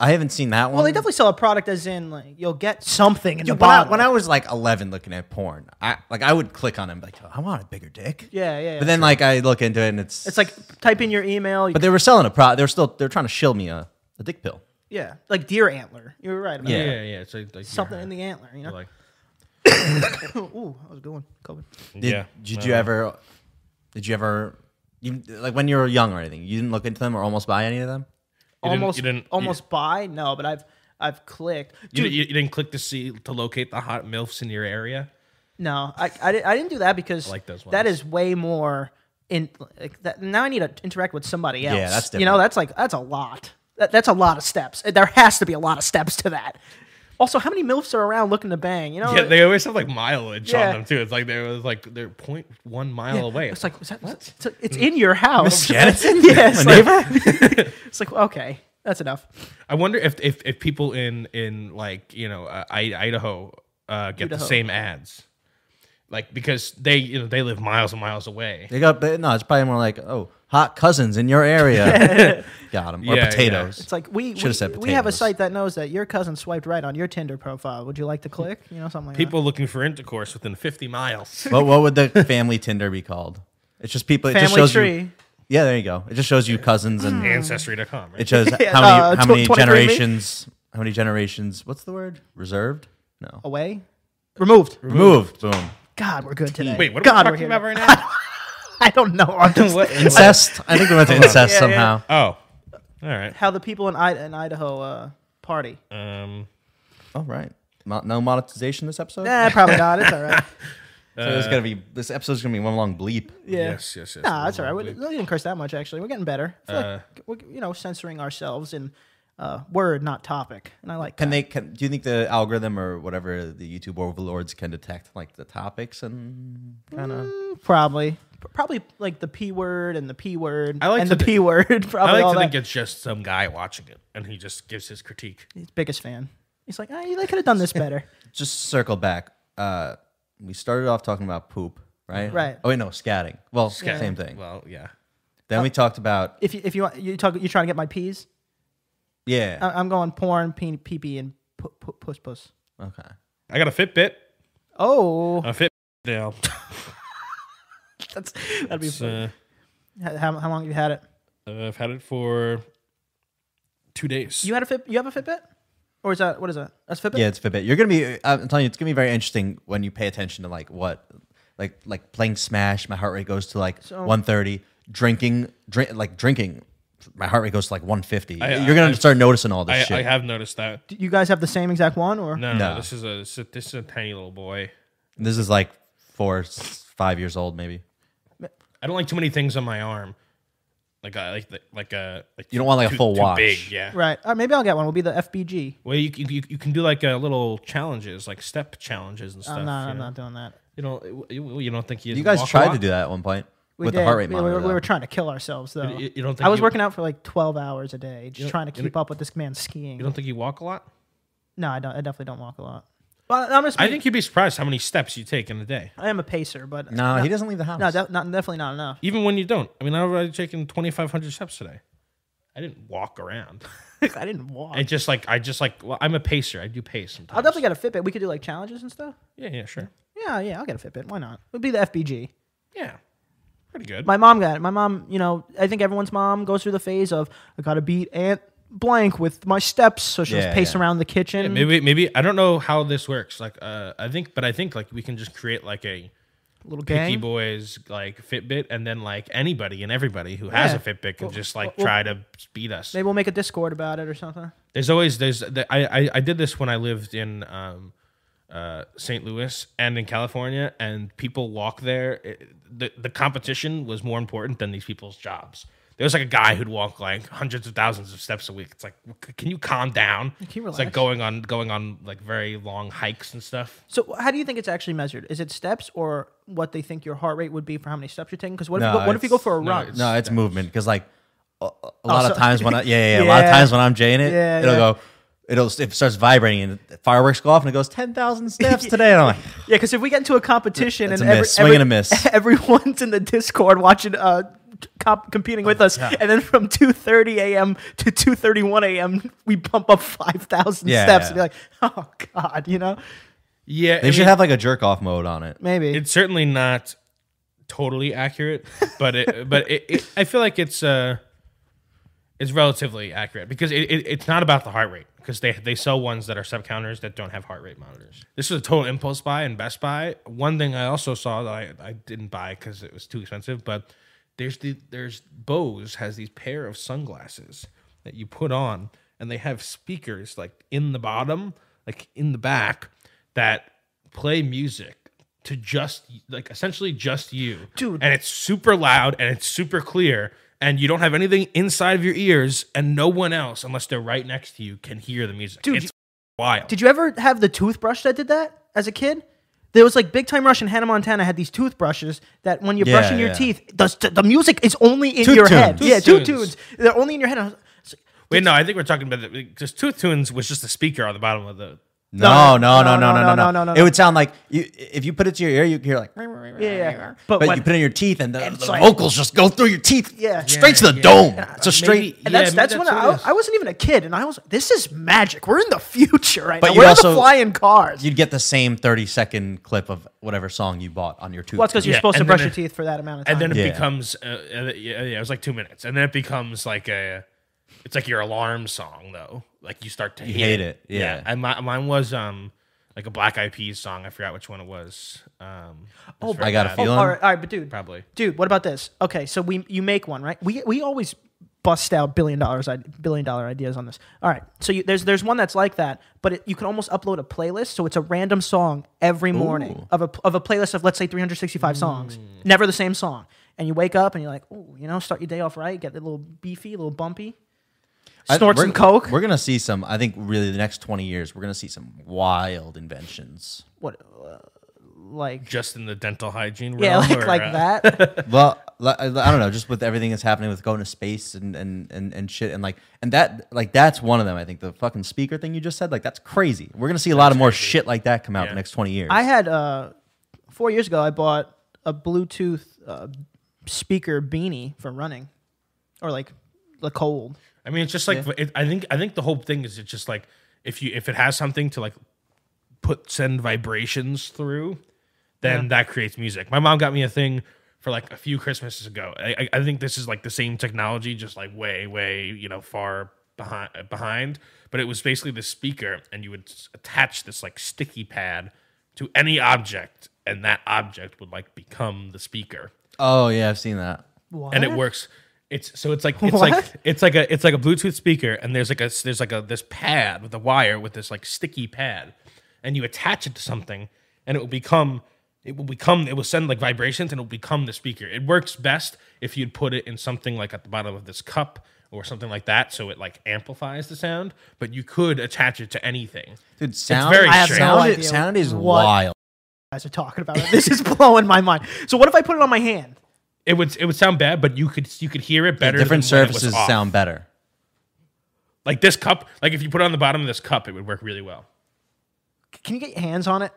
Speaker 2: I haven't seen that one.
Speaker 3: Well, they definitely sell a product as in like you'll get something in the
Speaker 2: Dude, when, I,
Speaker 3: bottle.
Speaker 2: when I was like 11, looking at porn, I like I would click on them like "Oh, I want a bigger dick.
Speaker 3: yeah, yeah. yeah.
Speaker 2: But then like I look into it and it's
Speaker 3: it's like type in your email.
Speaker 2: But they were selling a product. They're still they're trying to shill me a, a dick pill.
Speaker 3: yeah, like deer antler. You were right about
Speaker 1: Yeah,
Speaker 3: that.
Speaker 1: yeah. It's like, like
Speaker 3: something in the antler. You know.
Speaker 1: like
Speaker 3: Ooh, that was a good one, Kobe.
Speaker 2: Did,
Speaker 1: yeah.
Speaker 2: Did you ever? Did you ever? You, like when you were young or anything, you didn't look into them or almost buy any of them.
Speaker 1: You didn't-
Speaker 3: almost
Speaker 1: you didn't- you-
Speaker 3: almost buy no but i've i've clicked
Speaker 1: You,
Speaker 3: dude
Speaker 1: you, you didn't click to see to locate the hot milfs in your area.
Speaker 3: no I, I, di- I didn't do that because
Speaker 1: like those
Speaker 3: that
Speaker 1: ones.
Speaker 3: is way more in like that now i need to interact with somebody else
Speaker 2: that's
Speaker 3: you know
Speaker 2: different.
Speaker 3: that's like that's a lot that, that's a lot of steps there has to be a lot of steps to that also how many milfs are around looking to bang you know
Speaker 1: Yeah, they always have like mileage
Speaker 3: Uh, Yeah.
Speaker 1: on them too. It's like they was like they're 0.1 mile away.
Speaker 3: it's like is that, what? It's, it's in your house
Speaker 2: Jennison?
Speaker 3: [laughs] yeah
Speaker 1: [laughs]
Speaker 3: it's
Speaker 2: My
Speaker 3: like, [laughs] it's like okay that's enough
Speaker 1: I wonder if if, if people in in like you know uh, I, Idaho uh, get the
Speaker 3: Idaho.
Speaker 1: same ads, like because they you know they live miles and miles away.
Speaker 2: They got they, no. It's probably more like oh, hot cousins in your
Speaker 3: [laughs]
Speaker 2: area. [laughs] got them or
Speaker 1: Yeah, yeah.
Speaker 2: potatoes.
Speaker 3: it's like we
Speaker 2: Should've
Speaker 3: we,
Speaker 2: said
Speaker 3: we have a
Speaker 2: potatoes.
Speaker 3: site that knows that your cousin swiped right on your tinder profile would you like to click you know something like that.
Speaker 1: Hmm. People looking for intercourse within 50 miles.
Speaker 2: What what would the family Tinder be called? It's just people. It just
Speaker 3: Family
Speaker 2: shows
Speaker 3: tree.
Speaker 2: You, yeah, there you go. It just shows you cousins
Speaker 3: Hmm. [laughs]
Speaker 2: and
Speaker 1: Ancestry.com. Right?
Speaker 2: it shows how many
Speaker 3: Yeah, uh,
Speaker 2: how many
Speaker 3: 23andMe.
Speaker 2: generations how many generations. What's the word? Reserved? No.
Speaker 3: Away? Oh, Removed.
Speaker 2: Removed. Boom.
Speaker 3: God, we're good today.
Speaker 1: Wait, what
Speaker 3: God,
Speaker 1: are
Speaker 3: we're
Speaker 1: we talking
Speaker 3: here.
Speaker 1: about right now?
Speaker 3: I don't know.
Speaker 1: [laughs]
Speaker 3: I'm just
Speaker 1: What-
Speaker 3: [laughs]
Speaker 2: Incest. I think we went to incest
Speaker 3: Yeah, yeah.
Speaker 2: somehow.
Speaker 1: Oh, all right.
Speaker 3: how the people in, I- in Idaho uh, party.
Speaker 1: Um,
Speaker 2: All right. Mo- No monetization this episode.
Speaker 3: Nah, probably not. It's
Speaker 1: [laughs]
Speaker 3: all right.
Speaker 2: So it's gonna be this episode's gonna be one long bleep.
Speaker 3: Yeah.
Speaker 1: Yes, yes, Uh. yes.
Speaker 3: Nah, that's all right. We, we didn't curse that much, actually. We're getting better. I feel like we're, you know, censoring ourselves in uh, word, not topic. And I like
Speaker 2: Can
Speaker 3: that.
Speaker 2: they? Can, do you think the algorithm or whatever the YouTube overlords can detect like the topics and kind of?
Speaker 3: Probably. Probably like the P word and the P word
Speaker 1: I like
Speaker 3: and
Speaker 1: to
Speaker 3: the
Speaker 1: thi-
Speaker 3: P word. [laughs] Probably
Speaker 1: I
Speaker 3: all
Speaker 1: like to
Speaker 3: that.
Speaker 1: think it's just some guy watching it, and he just gives his critique.
Speaker 3: He's biggest fan. He's like, ah, they could have
Speaker 1: [laughs]
Speaker 3: done this better.
Speaker 2: Just circle back. Uh, we started off talking about poop, right?
Speaker 3: Right.
Speaker 2: Oh wait, no, scatting. Well, same thing.
Speaker 1: Well, yeah.
Speaker 2: then
Speaker 3: uh,
Speaker 2: we talked about
Speaker 3: if you if you want, you talk, you trying to get my peas?
Speaker 2: yeah.
Speaker 3: I- I'm going porn, pee pee, pee and pu- pu- puss puss.
Speaker 2: okay.
Speaker 1: I got a Fitbit.
Speaker 3: Oh,
Speaker 1: A Fitbit
Speaker 2: [laughs]
Speaker 1: now.
Speaker 3: that's that'd be.
Speaker 1: It's,
Speaker 3: Fun.
Speaker 1: uh,
Speaker 3: How, how long have you had it?
Speaker 1: uh, I've had it for two days.
Speaker 3: You had a fit. You have a Fitbit, or is that what is that? That's Fitbit.
Speaker 2: Yeah, it's Fitbit. You're gonna be. uh, I'm telling you, it's gonna be very interesting when you pay attention to like what, like like playing Smash. My heart rate goes to like 130. Drinking, drink like drinking. My heart rate goes to like 150.
Speaker 1: I-
Speaker 2: You're gonna
Speaker 1: I-
Speaker 2: start noticing all this
Speaker 1: I,
Speaker 2: shit.
Speaker 1: I have noticed that.
Speaker 3: Do you guys have the same exact one, or
Speaker 1: No, no,
Speaker 2: No.
Speaker 1: this is a this is a- this is a tiny little boy.
Speaker 2: this is like four, s- five years old maybe.
Speaker 1: I don't like too many things on my arm. Like I like the, like a like
Speaker 2: You don't want, like, a
Speaker 1: too-
Speaker 2: full
Speaker 1: too
Speaker 2: watch.
Speaker 1: Big, yeah.
Speaker 3: right? Uh, maybe I'll get one. We'll be the FBG.
Speaker 1: Well, you, can- you you can do like uh, little challenges, like step challenges
Speaker 2: Uh,
Speaker 1: and stuff.
Speaker 3: I'm not.
Speaker 1: you
Speaker 3: I'm
Speaker 1: know?
Speaker 3: not doing that.
Speaker 1: You don't you, you don't think you
Speaker 2: You guys
Speaker 1: walk a
Speaker 2: tried
Speaker 1: lot?
Speaker 2: to do that at one point
Speaker 3: We
Speaker 2: with
Speaker 3: did.
Speaker 2: the heart rate
Speaker 3: we,
Speaker 2: monitor.
Speaker 3: We, were- we
Speaker 2: though.
Speaker 3: were trying to kill ourselves, though.
Speaker 1: You, you don't think
Speaker 3: I was
Speaker 1: you-
Speaker 3: working out for like 12 hours a day, just
Speaker 1: don't-
Speaker 3: trying to
Speaker 1: you don't-
Speaker 3: keep up with this man's
Speaker 1: You
Speaker 3: skiing.
Speaker 1: don't think you walk a lot?
Speaker 3: No, I don't. I definitely don't walk a lot. Well, I'm just.
Speaker 1: I think you'd be surprised how many steps you take in a day,
Speaker 3: I am a pacer, but
Speaker 2: No, he doesn't leave the house.
Speaker 3: No, def- not, definitely not enough.
Speaker 1: even when you don't. I mean, I've already taken 2,500 steps today. I didn't walk around.
Speaker 3: [laughs]
Speaker 1: [laughs]
Speaker 3: I didn't walk.
Speaker 1: I just like I just like well, I'm a pacer. I do pace sometimes.
Speaker 3: I'll definitely get a Fitbit. We could do like challenges and stuff.
Speaker 1: yeah, yeah, sure.
Speaker 3: Yeah, yeah, I'll get a Fitbit. Why not? It would be the FBG.
Speaker 1: Yeah, pretty good.
Speaker 3: My mom got it. My mom, you know, I think everyone's mom goes through the phase of I gotta beat Aunt Blank with my steps, so she'll
Speaker 2: Yeah,
Speaker 3: just pace
Speaker 2: yeah.
Speaker 3: around the kitchen.
Speaker 1: maybe maybe I don't know how this works. Like uh, I think, but I think like we can just create like a
Speaker 3: little
Speaker 1: picky
Speaker 3: gang.
Speaker 1: boys like Fitbit, and then like anybody and everybody who has
Speaker 3: Yeah.
Speaker 1: a Fitbit can just like
Speaker 3: well-
Speaker 1: try to beat us.
Speaker 3: Maybe we'll make a Discord about it or something.
Speaker 1: There's always there's the, I, I I did this when I lived in um, uh, St. Louis and in California, and people walk there. It, the the competition was more important than these people's jobs. There was like a guy who'd walk like hundreds of thousands of steps a week. It's like, c- can you calm down?
Speaker 3: you
Speaker 1: It's like
Speaker 3: relax?
Speaker 1: going on going on like very long hikes and stuff.
Speaker 3: So how do you think it's actually measured? Is it steps or what they think your heart rate would be for how many steps you're taking? Because what, if you
Speaker 2: No,
Speaker 3: go- what if you go
Speaker 2: it's-
Speaker 3: for a run?
Speaker 1: it's-
Speaker 2: No, it's movement because like a, a lot of
Speaker 3: Oh, so-
Speaker 2: times
Speaker 3: [laughs]
Speaker 2: when I, yeah, yeah, yeah, a lot of
Speaker 3: Yeah.
Speaker 2: times when I'm jaying it,
Speaker 3: Yeah,
Speaker 2: it'll
Speaker 3: yeah.
Speaker 2: go, it'll it starts vibrating and the fireworks go off and it goes ten
Speaker 3: [laughs]
Speaker 2: thousand steps today. And I'm like,
Speaker 3: Yeah, because if we get into a competition
Speaker 2: That's
Speaker 3: and
Speaker 2: a
Speaker 3: every,
Speaker 2: miss. Swing
Speaker 3: every-
Speaker 2: and a miss.
Speaker 3: [laughs] everyone's in the Discord watching, uh, comp- competing with us, and then from two thirty a.m. to two thirty one a.m. we pump up five thousand
Speaker 2: Yeah, yeah.
Speaker 3: steps and be like, [laughs] oh god, you know,
Speaker 1: Yeah,
Speaker 2: they should have like a jerk off mode on it.
Speaker 3: maybe
Speaker 1: It's certainly not totally accurate, but it, but it, it, I feel like it's uh, it's relatively accurate because it, it, it's not about the heart rate because they they sell ones that are step counters that don't have heart rate monitors. This was a total impulse buy in Best Buy. One thing I also saw that I, I didn't buy because it was too expensive, but there's the there's Bose has these pair of sunglasses that you put on and they have speakers like in the bottom, like in the back that play music to just like essentially just you
Speaker 3: Dude.
Speaker 1: and it's super loud and it's super clear and you don't have anything inside of your ears and no one else unless they're right next to you can hear the music
Speaker 3: Dude,
Speaker 1: it's wild
Speaker 3: Did you ever have the toothbrush that did that as a kid? There was like Big Time Rush and Hannah Montana had these toothbrushes that when you're
Speaker 2: Yeah,
Speaker 3: brushing your
Speaker 2: yeah.
Speaker 3: teeth, the, the music is only in
Speaker 2: Toot
Speaker 3: your
Speaker 2: tunes.
Speaker 3: head.
Speaker 2: Toot
Speaker 3: yeah, two
Speaker 1: tunes.
Speaker 3: tunes. They're only in your head. I was-
Speaker 1: wait no i think we're talking about the because tooth tunes was just a speaker on the bottom of the
Speaker 2: No, no, no, no, no, no, no,
Speaker 3: no, no,
Speaker 2: It would sound like you if you put it to your ear, you hear like,
Speaker 3: Yeah, yeah.
Speaker 2: but,
Speaker 3: when-
Speaker 2: you put it in your teeth and the, the
Speaker 3: like-
Speaker 2: vocals just go through your teeth,
Speaker 3: Yeah.
Speaker 2: straight to
Speaker 1: Yeah,
Speaker 2: the
Speaker 1: yeah.
Speaker 2: dome. It's a
Speaker 1: Maybe-
Speaker 2: straight.
Speaker 3: And
Speaker 1: yeah,
Speaker 3: that's
Speaker 1: maybe
Speaker 3: that's, when
Speaker 1: what it
Speaker 3: I,
Speaker 1: is.
Speaker 3: I wasn't even a kid, and I was this is magic. We're in the [laughs] future right
Speaker 2: But
Speaker 3: now.
Speaker 2: you
Speaker 3: We're in
Speaker 2: also-
Speaker 3: the flying cars.
Speaker 2: You'd get the same thirty second clip of whatever song you bought on your tooth.
Speaker 3: well, it's because you're
Speaker 1: Yeah,
Speaker 3: supposed to
Speaker 1: and then
Speaker 3: brush your
Speaker 1: it-
Speaker 3: teeth for that amount of time.
Speaker 1: and then it
Speaker 2: Yeah.
Speaker 1: becomes uh, uh, yeah, yeah it was like two minutes and then it becomes like a it's like your alarm song though like you start to
Speaker 2: hate it, yeah.
Speaker 1: and my, mine was um like a black eyed peas song i forgot which one it was um it
Speaker 3: Oh,
Speaker 1: was very
Speaker 2: I got a
Speaker 1: bad,
Speaker 2: feeling.
Speaker 3: all right, all right, but dude,
Speaker 1: probably
Speaker 3: dude, what about this? Okay, so we you make one right? We we always bust out billion dollars i- billion dollar ideas on this. All right, so you, there's there's one that's like that, but it, you can almost upload a playlist, so it's a random song every morning
Speaker 2: Ooh. Mm.
Speaker 3: of a of a playlist of let's say 365 songs, never the same song. And you wake up and you're like, oh, you know, start your day off right, get a little beefy, a little bumpy,
Speaker 2: I-
Speaker 3: snort
Speaker 2: we're-
Speaker 3: some coke.
Speaker 2: We're gonna see some. I think really the next twenty years, we're gonna see some wild inventions.
Speaker 3: what uh, like
Speaker 1: just in the dental hygiene realm
Speaker 3: yeah [laughs] like
Speaker 1: or,
Speaker 3: like
Speaker 1: uh,
Speaker 2: [laughs]
Speaker 3: that
Speaker 2: well, li- I don't know, just with everything that's happening with going to space and, and and and shit, and like and that like that's one of them. I think the fucking speaker thing you just said, like that's crazy. We're gonna see a lot of more shit like that come out in the next twenty years.
Speaker 3: i had uh four years ago i bought a bluetooth uh, speaker beanie for running or like the cold
Speaker 1: I mean, it's just like it, I think. I think the whole thing is it's just like if you if it has something to like put send vibrations through, then that creates music. My mom got me a thing for like a few Christmases ago. I, I I think this is like the same technology, just like way way you know far behind uh, behind. But it was basically the speaker, and you would s- attach this like sticky pad to any object, and that object would like become the speaker
Speaker 2: oh yeah, I've seen that.
Speaker 3: what?
Speaker 1: and it works. It's so
Speaker 3: [laughs]
Speaker 1: it's like it's
Speaker 3: What?
Speaker 1: like it's like a it's like a Bluetooth speaker, and there's like a there's like a this pad with a wire with this like sticky pad, and you attach it to something, and it will become it will become it will send like vibrations, and it will become the speaker. It works best if you'd put it in something like at the bottom of this cup or something like that, so it like amplifies the sound. But you could attach it to anything.
Speaker 2: Dude, sound.
Speaker 1: very
Speaker 2: I have
Speaker 1: strange.
Speaker 2: sound,
Speaker 3: I have no idea
Speaker 2: sound is
Speaker 3: what-
Speaker 2: wild.
Speaker 3: you [laughs] guys are talking about this is blowing my mind so what if i put it on my hand
Speaker 1: It would it would sound bad, but you could you could hear it better.
Speaker 2: Different
Speaker 1: than when it was
Speaker 2: services
Speaker 1: off.
Speaker 2: sound better.
Speaker 1: Like this cup, like if you put it on the bottom of this cup, it would work really well.
Speaker 3: Can you get your hands on it?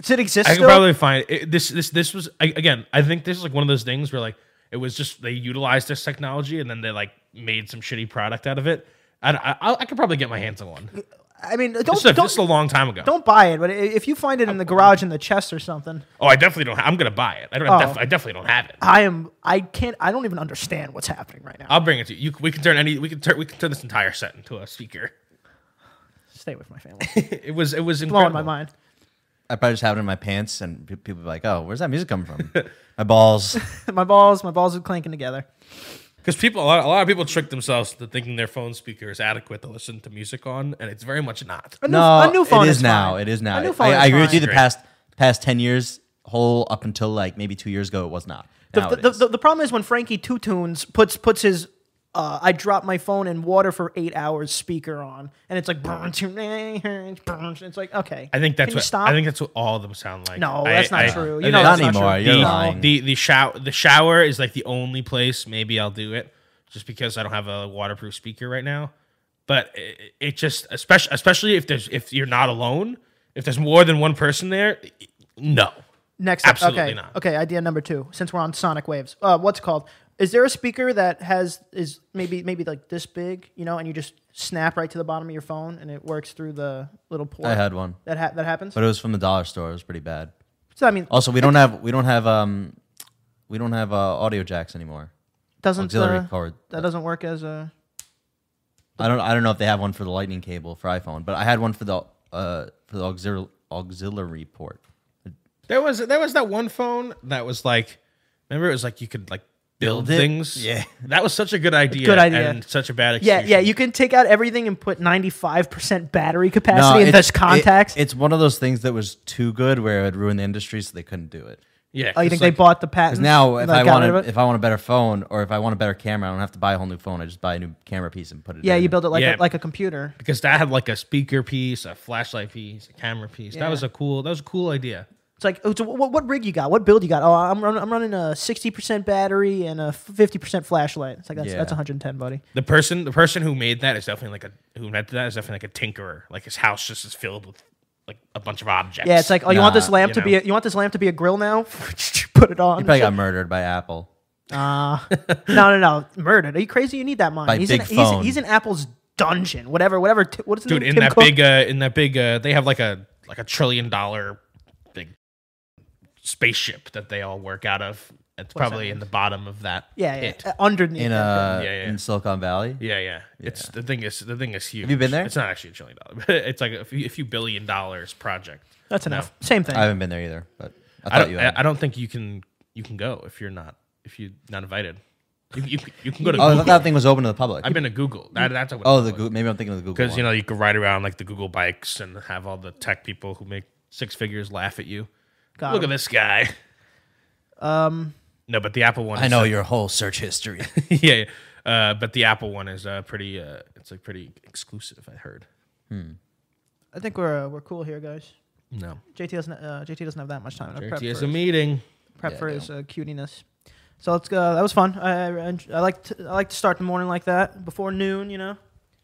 Speaker 3: Does it exist?
Speaker 1: I could
Speaker 3: still?
Speaker 1: probably find it, this. This this was I, again. I think this is like one of those things where like it was just they utilized this technology and then they like made some shitty product out of it. I I, I- I could probably get my hands on one.
Speaker 3: I mean,
Speaker 1: This
Speaker 3: don't
Speaker 1: is, a, Oh.
Speaker 3: don't,
Speaker 1: this is a long time ago.
Speaker 3: don't buy it. But i- if you find it in the garage in the chest or something,
Speaker 1: Oh, I definitely don't. ha- I'm gonna buy it. I don't. I def-
Speaker 3: Oh.
Speaker 1: I definitely don't have it.
Speaker 3: I am. I can't. I don't even understand what's happening right now.
Speaker 1: I'll bring it to you. you. We can turn any. We can turn. We can turn this entire set into a speaker. [laughs]
Speaker 3: Stay with my family.
Speaker 1: It was. It was
Speaker 3: Blowing
Speaker 1: incredible. [laughs]
Speaker 3: my mind. [laughs]
Speaker 2: I probably just have it in my pants, and pe- people be like, "Oh, where's that music coming from?" my balls.
Speaker 3: my balls. My balls are clanking together.
Speaker 1: because people a lot, a lot of people trick themselves to thinking their phone speaker is adequate to listen to music on, and it's very much not.
Speaker 3: A new,
Speaker 2: No,
Speaker 3: a new phone
Speaker 2: it is,
Speaker 3: is
Speaker 2: now.
Speaker 3: fine.
Speaker 2: It is now.
Speaker 3: A new
Speaker 2: I-
Speaker 3: phone
Speaker 2: I,
Speaker 3: is
Speaker 2: I agree with
Speaker 3: fine.
Speaker 2: you. The
Speaker 1: Great.
Speaker 2: past past ten years, whole up until like maybe two years ago, it was not. Now
Speaker 3: the,
Speaker 2: it
Speaker 3: the,
Speaker 2: is.
Speaker 3: the, the problem is when Frankie Two Tunes puts puts his uh, I drop my phone in water for eight hours speaker on, and it's like burn to burn. It's like okay.
Speaker 1: I think that's
Speaker 3: Can you
Speaker 1: what
Speaker 3: stop.
Speaker 1: I think that's what all of them sound like.
Speaker 3: no,
Speaker 1: I-
Speaker 3: that's not
Speaker 1: I-
Speaker 3: true.
Speaker 1: I
Speaker 3: You know
Speaker 1: think
Speaker 2: Not
Speaker 3: that's not
Speaker 2: anymore.
Speaker 3: True.
Speaker 2: You're
Speaker 1: the,
Speaker 2: lying.
Speaker 1: the the shower the shower is like the only place maybe I'll do it just because I don't have a waterproof speaker right now. But it, it just especially especially if there's if you're not alone, if there's more than one person there, no.
Speaker 3: Next, up.
Speaker 1: Absolutely
Speaker 3: okay,
Speaker 1: not.
Speaker 3: okay. Idea number two. Since we're on sonic waves, uh, what's it called? Is there a speaker that has is maybe maybe like this big, you know, and you just snap right to the bottom of your phone and it works through the little port?
Speaker 2: I had one,
Speaker 3: that ha- that happens.
Speaker 2: but it was from the dollar store. It was pretty bad.
Speaker 3: so I mean,
Speaker 2: Also, we don't have we don't have um we don't have uh, audio jacks anymore.
Speaker 3: doesn't
Speaker 2: Auxiliary
Speaker 3: the,
Speaker 2: cord.
Speaker 3: that doesn't work as a
Speaker 2: I don't I don't know if they have one for the lightning cable for iPhone, but I had one for the uh for the auxiliary auxiliary port.
Speaker 1: There was there was that one phone that was like, remember it was like you could like build,
Speaker 2: Build it?
Speaker 1: things.
Speaker 2: Yeah.
Speaker 1: that was such a good idea.
Speaker 3: Good idea.
Speaker 1: and such a bad
Speaker 3: Yeah,
Speaker 1: execution.
Speaker 3: yeah. You can take out everything and put ninety five percent battery capacity in this
Speaker 2: it-
Speaker 3: contacts.
Speaker 2: it's one of those things that was too good where it would ruin the industry, so they couldn't do it.
Speaker 1: yeah.
Speaker 3: oh, you
Speaker 1: 'cause,
Speaker 3: think
Speaker 1: like,
Speaker 3: they bought the patent?
Speaker 2: Because now, if I
Speaker 3: got rid of
Speaker 2: want
Speaker 3: it?
Speaker 2: if I want a better phone or if I want a better camera, I don't have to buy a whole new phone. I just buy a new camera piece and put it.
Speaker 3: yeah,
Speaker 2: in.
Speaker 3: you build it like
Speaker 1: Yeah.
Speaker 3: a, like a computer.
Speaker 1: because that had like a speaker piece, a flashlight piece, a camera piece.
Speaker 3: Yeah.
Speaker 1: That was a cool. That was a cool idea.
Speaker 3: It's like, oh, so what, what rig you got? What build you got? Oh, I'm running, I'm running a sixty percent battery and a fifty percent flashlight. It's like that's
Speaker 2: Yeah.
Speaker 3: that's one hundred and ten, buddy.
Speaker 1: The person, the person who made that is definitely like a who invented that is definitely like a tinkerer. Like his house just is filled with like a bunch of objects.
Speaker 3: Yeah, it's like, oh, you want
Speaker 2: Nah,
Speaker 3: this lamp
Speaker 1: you
Speaker 3: to be
Speaker 1: know.
Speaker 3: a, you want this lamp to be a grill now? [laughs] Put it on.
Speaker 2: You probably got murdered by Apple.
Speaker 3: [laughs] no, no, no, murdered. Are you crazy? You need that money.
Speaker 2: By
Speaker 3: he's,
Speaker 2: big
Speaker 3: in, he's,
Speaker 2: phone.
Speaker 3: he's in Apple's dungeon. Whatever, whatever. Ti- What is his
Speaker 1: dude
Speaker 3: name?
Speaker 1: in
Speaker 3: Tim
Speaker 1: that
Speaker 3: Cook?
Speaker 1: big uh, in that big uh, they have like a like a trillion dollar big spaceship that they all work out of. It's
Speaker 3: What's that
Speaker 1: probably in
Speaker 3: mean?
Speaker 1: the bottom of that.
Speaker 3: Yeah, yeah.
Speaker 1: pit.
Speaker 3: uh, Underneath.
Speaker 2: in
Speaker 3: that
Speaker 2: uh
Speaker 1: Yeah, yeah.
Speaker 2: in Silicon Valley.
Speaker 1: Yeah, yeah. It's the thing is the thing is huge.
Speaker 2: you been there?
Speaker 1: It's not actually a trillion dollar. but [laughs] It's like a few, a few billion dollars project.
Speaker 3: That's enough. Same thing.
Speaker 2: I haven't been there either, but I
Speaker 1: I
Speaker 2: thought
Speaker 1: don't.
Speaker 2: you
Speaker 1: I,
Speaker 2: had.
Speaker 1: I don't think you can you can go if you're not if you're not invited. You you, you can go to.
Speaker 2: oh, I
Speaker 1: Google.
Speaker 2: thought that thing was open to the public.
Speaker 1: I've been to Google.
Speaker 3: Mm.
Speaker 1: That, that's a
Speaker 2: oh, the Google, maybe I'm thinking of the Google.
Speaker 1: because
Speaker 2: One.
Speaker 1: you know you could ride around like the Google bikes and have all the tech people who make six figures laugh at you.
Speaker 3: Got
Speaker 1: Look
Speaker 3: him. Um,
Speaker 1: at this guy. Um. No, but the Apple one.
Speaker 2: I
Speaker 1: is-
Speaker 2: know your whole search history.
Speaker 1: [laughs] yeah. yeah. Uh, but the Apple one is uh, pretty. Uh, it's like pretty exclusive. I heard.
Speaker 3: I think we're uh, we're cool here, guys.
Speaker 1: No.
Speaker 3: JT doesn't uh, JT doesn't have that much time to prep
Speaker 1: He has
Speaker 3: for,
Speaker 1: a meeting.
Speaker 3: prep
Speaker 2: Yeah,
Speaker 3: for
Speaker 2: I
Speaker 3: his uh, cutiness. So let's go. That was fun. I, I, I like to, I like to start the morning like that before noon. You know,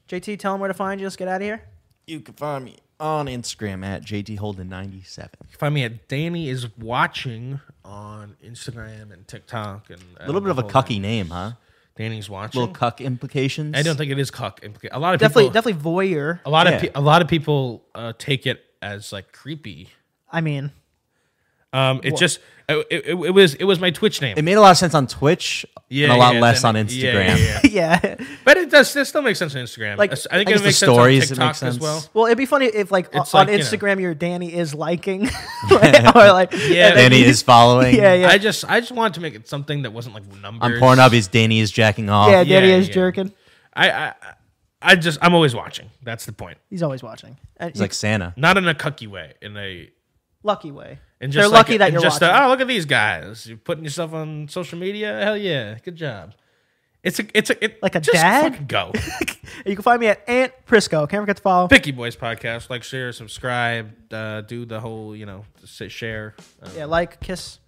Speaker 3: JT, tell him where to find you. Let's get out of here.
Speaker 2: you can find me on Instagram at JT Holden 97.
Speaker 1: You can find me at Danny is watching on Instagram and TikTok and uh,
Speaker 2: A little bit of a cucky name, huh?
Speaker 1: Danny's watching.
Speaker 2: Little cuck implications.
Speaker 1: I don't think it is cuck. implica- A lot of
Speaker 3: Definitely,
Speaker 1: people,
Speaker 3: definitely voyeur.
Speaker 1: a lot of
Speaker 2: Yeah.
Speaker 1: pe- a lot of people uh, take it as like creepy.
Speaker 3: I mean, [laughs]
Speaker 1: Um, it just it, it, it was it was my Twitch name.
Speaker 2: It made a lot of sense on Twitch and a lot less on
Speaker 1: then-
Speaker 2: Instagram.
Speaker 1: yeah, yeah, yeah.
Speaker 3: yeah.
Speaker 1: but it does it still makes sense on Instagram.
Speaker 3: Like,
Speaker 1: Like, I think
Speaker 2: I guess
Speaker 1: it
Speaker 2: the
Speaker 1: makes
Speaker 2: stories, it
Speaker 1: sense on TikTok
Speaker 2: makes
Speaker 1: as well.
Speaker 2: sense.
Speaker 3: Well, it'd be funny if like
Speaker 1: It's
Speaker 3: o- on
Speaker 1: like, you know.
Speaker 3: Instagram your Danny
Speaker 1: [laughs]
Speaker 3: is liking, [laughs] like, or like
Speaker 1: Yeah,
Speaker 3: and then
Speaker 2: Danny
Speaker 3: you-
Speaker 2: is following.
Speaker 3: [laughs] Yeah, yeah.
Speaker 1: I just I just wanted to make it something that wasn't like numbers.
Speaker 2: On Pornhub, is Danny is jacking off.
Speaker 3: yeah, Danny
Speaker 1: Yeah,
Speaker 3: is
Speaker 1: yeah.
Speaker 3: jerking.
Speaker 1: I, I I just I'm always watching. That's the point.
Speaker 3: He's always watching. And
Speaker 2: He's like Santa.
Speaker 1: Not in a cucky way. In a
Speaker 3: lucky way.
Speaker 1: And
Speaker 3: They're
Speaker 1: just like-
Speaker 3: lucky that
Speaker 1: and
Speaker 3: you're
Speaker 1: just
Speaker 3: watching. [laughs]
Speaker 1: A, oh, look at these guys! You're putting yourself on social media. Hell yeah, good job. It's a, it's a, it,
Speaker 3: Like a
Speaker 1: just
Speaker 3: dad?
Speaker 1: fucking Go, oh.
Speaker 3: you can find me at Aunt Prisco. Can't forget to follow.
Speaker 1: Picky Boys podcast. Like, share, subscribe. Uh, do the whole, you know, s- share. Uh,
Speaker 3: Yeah, like, kiss.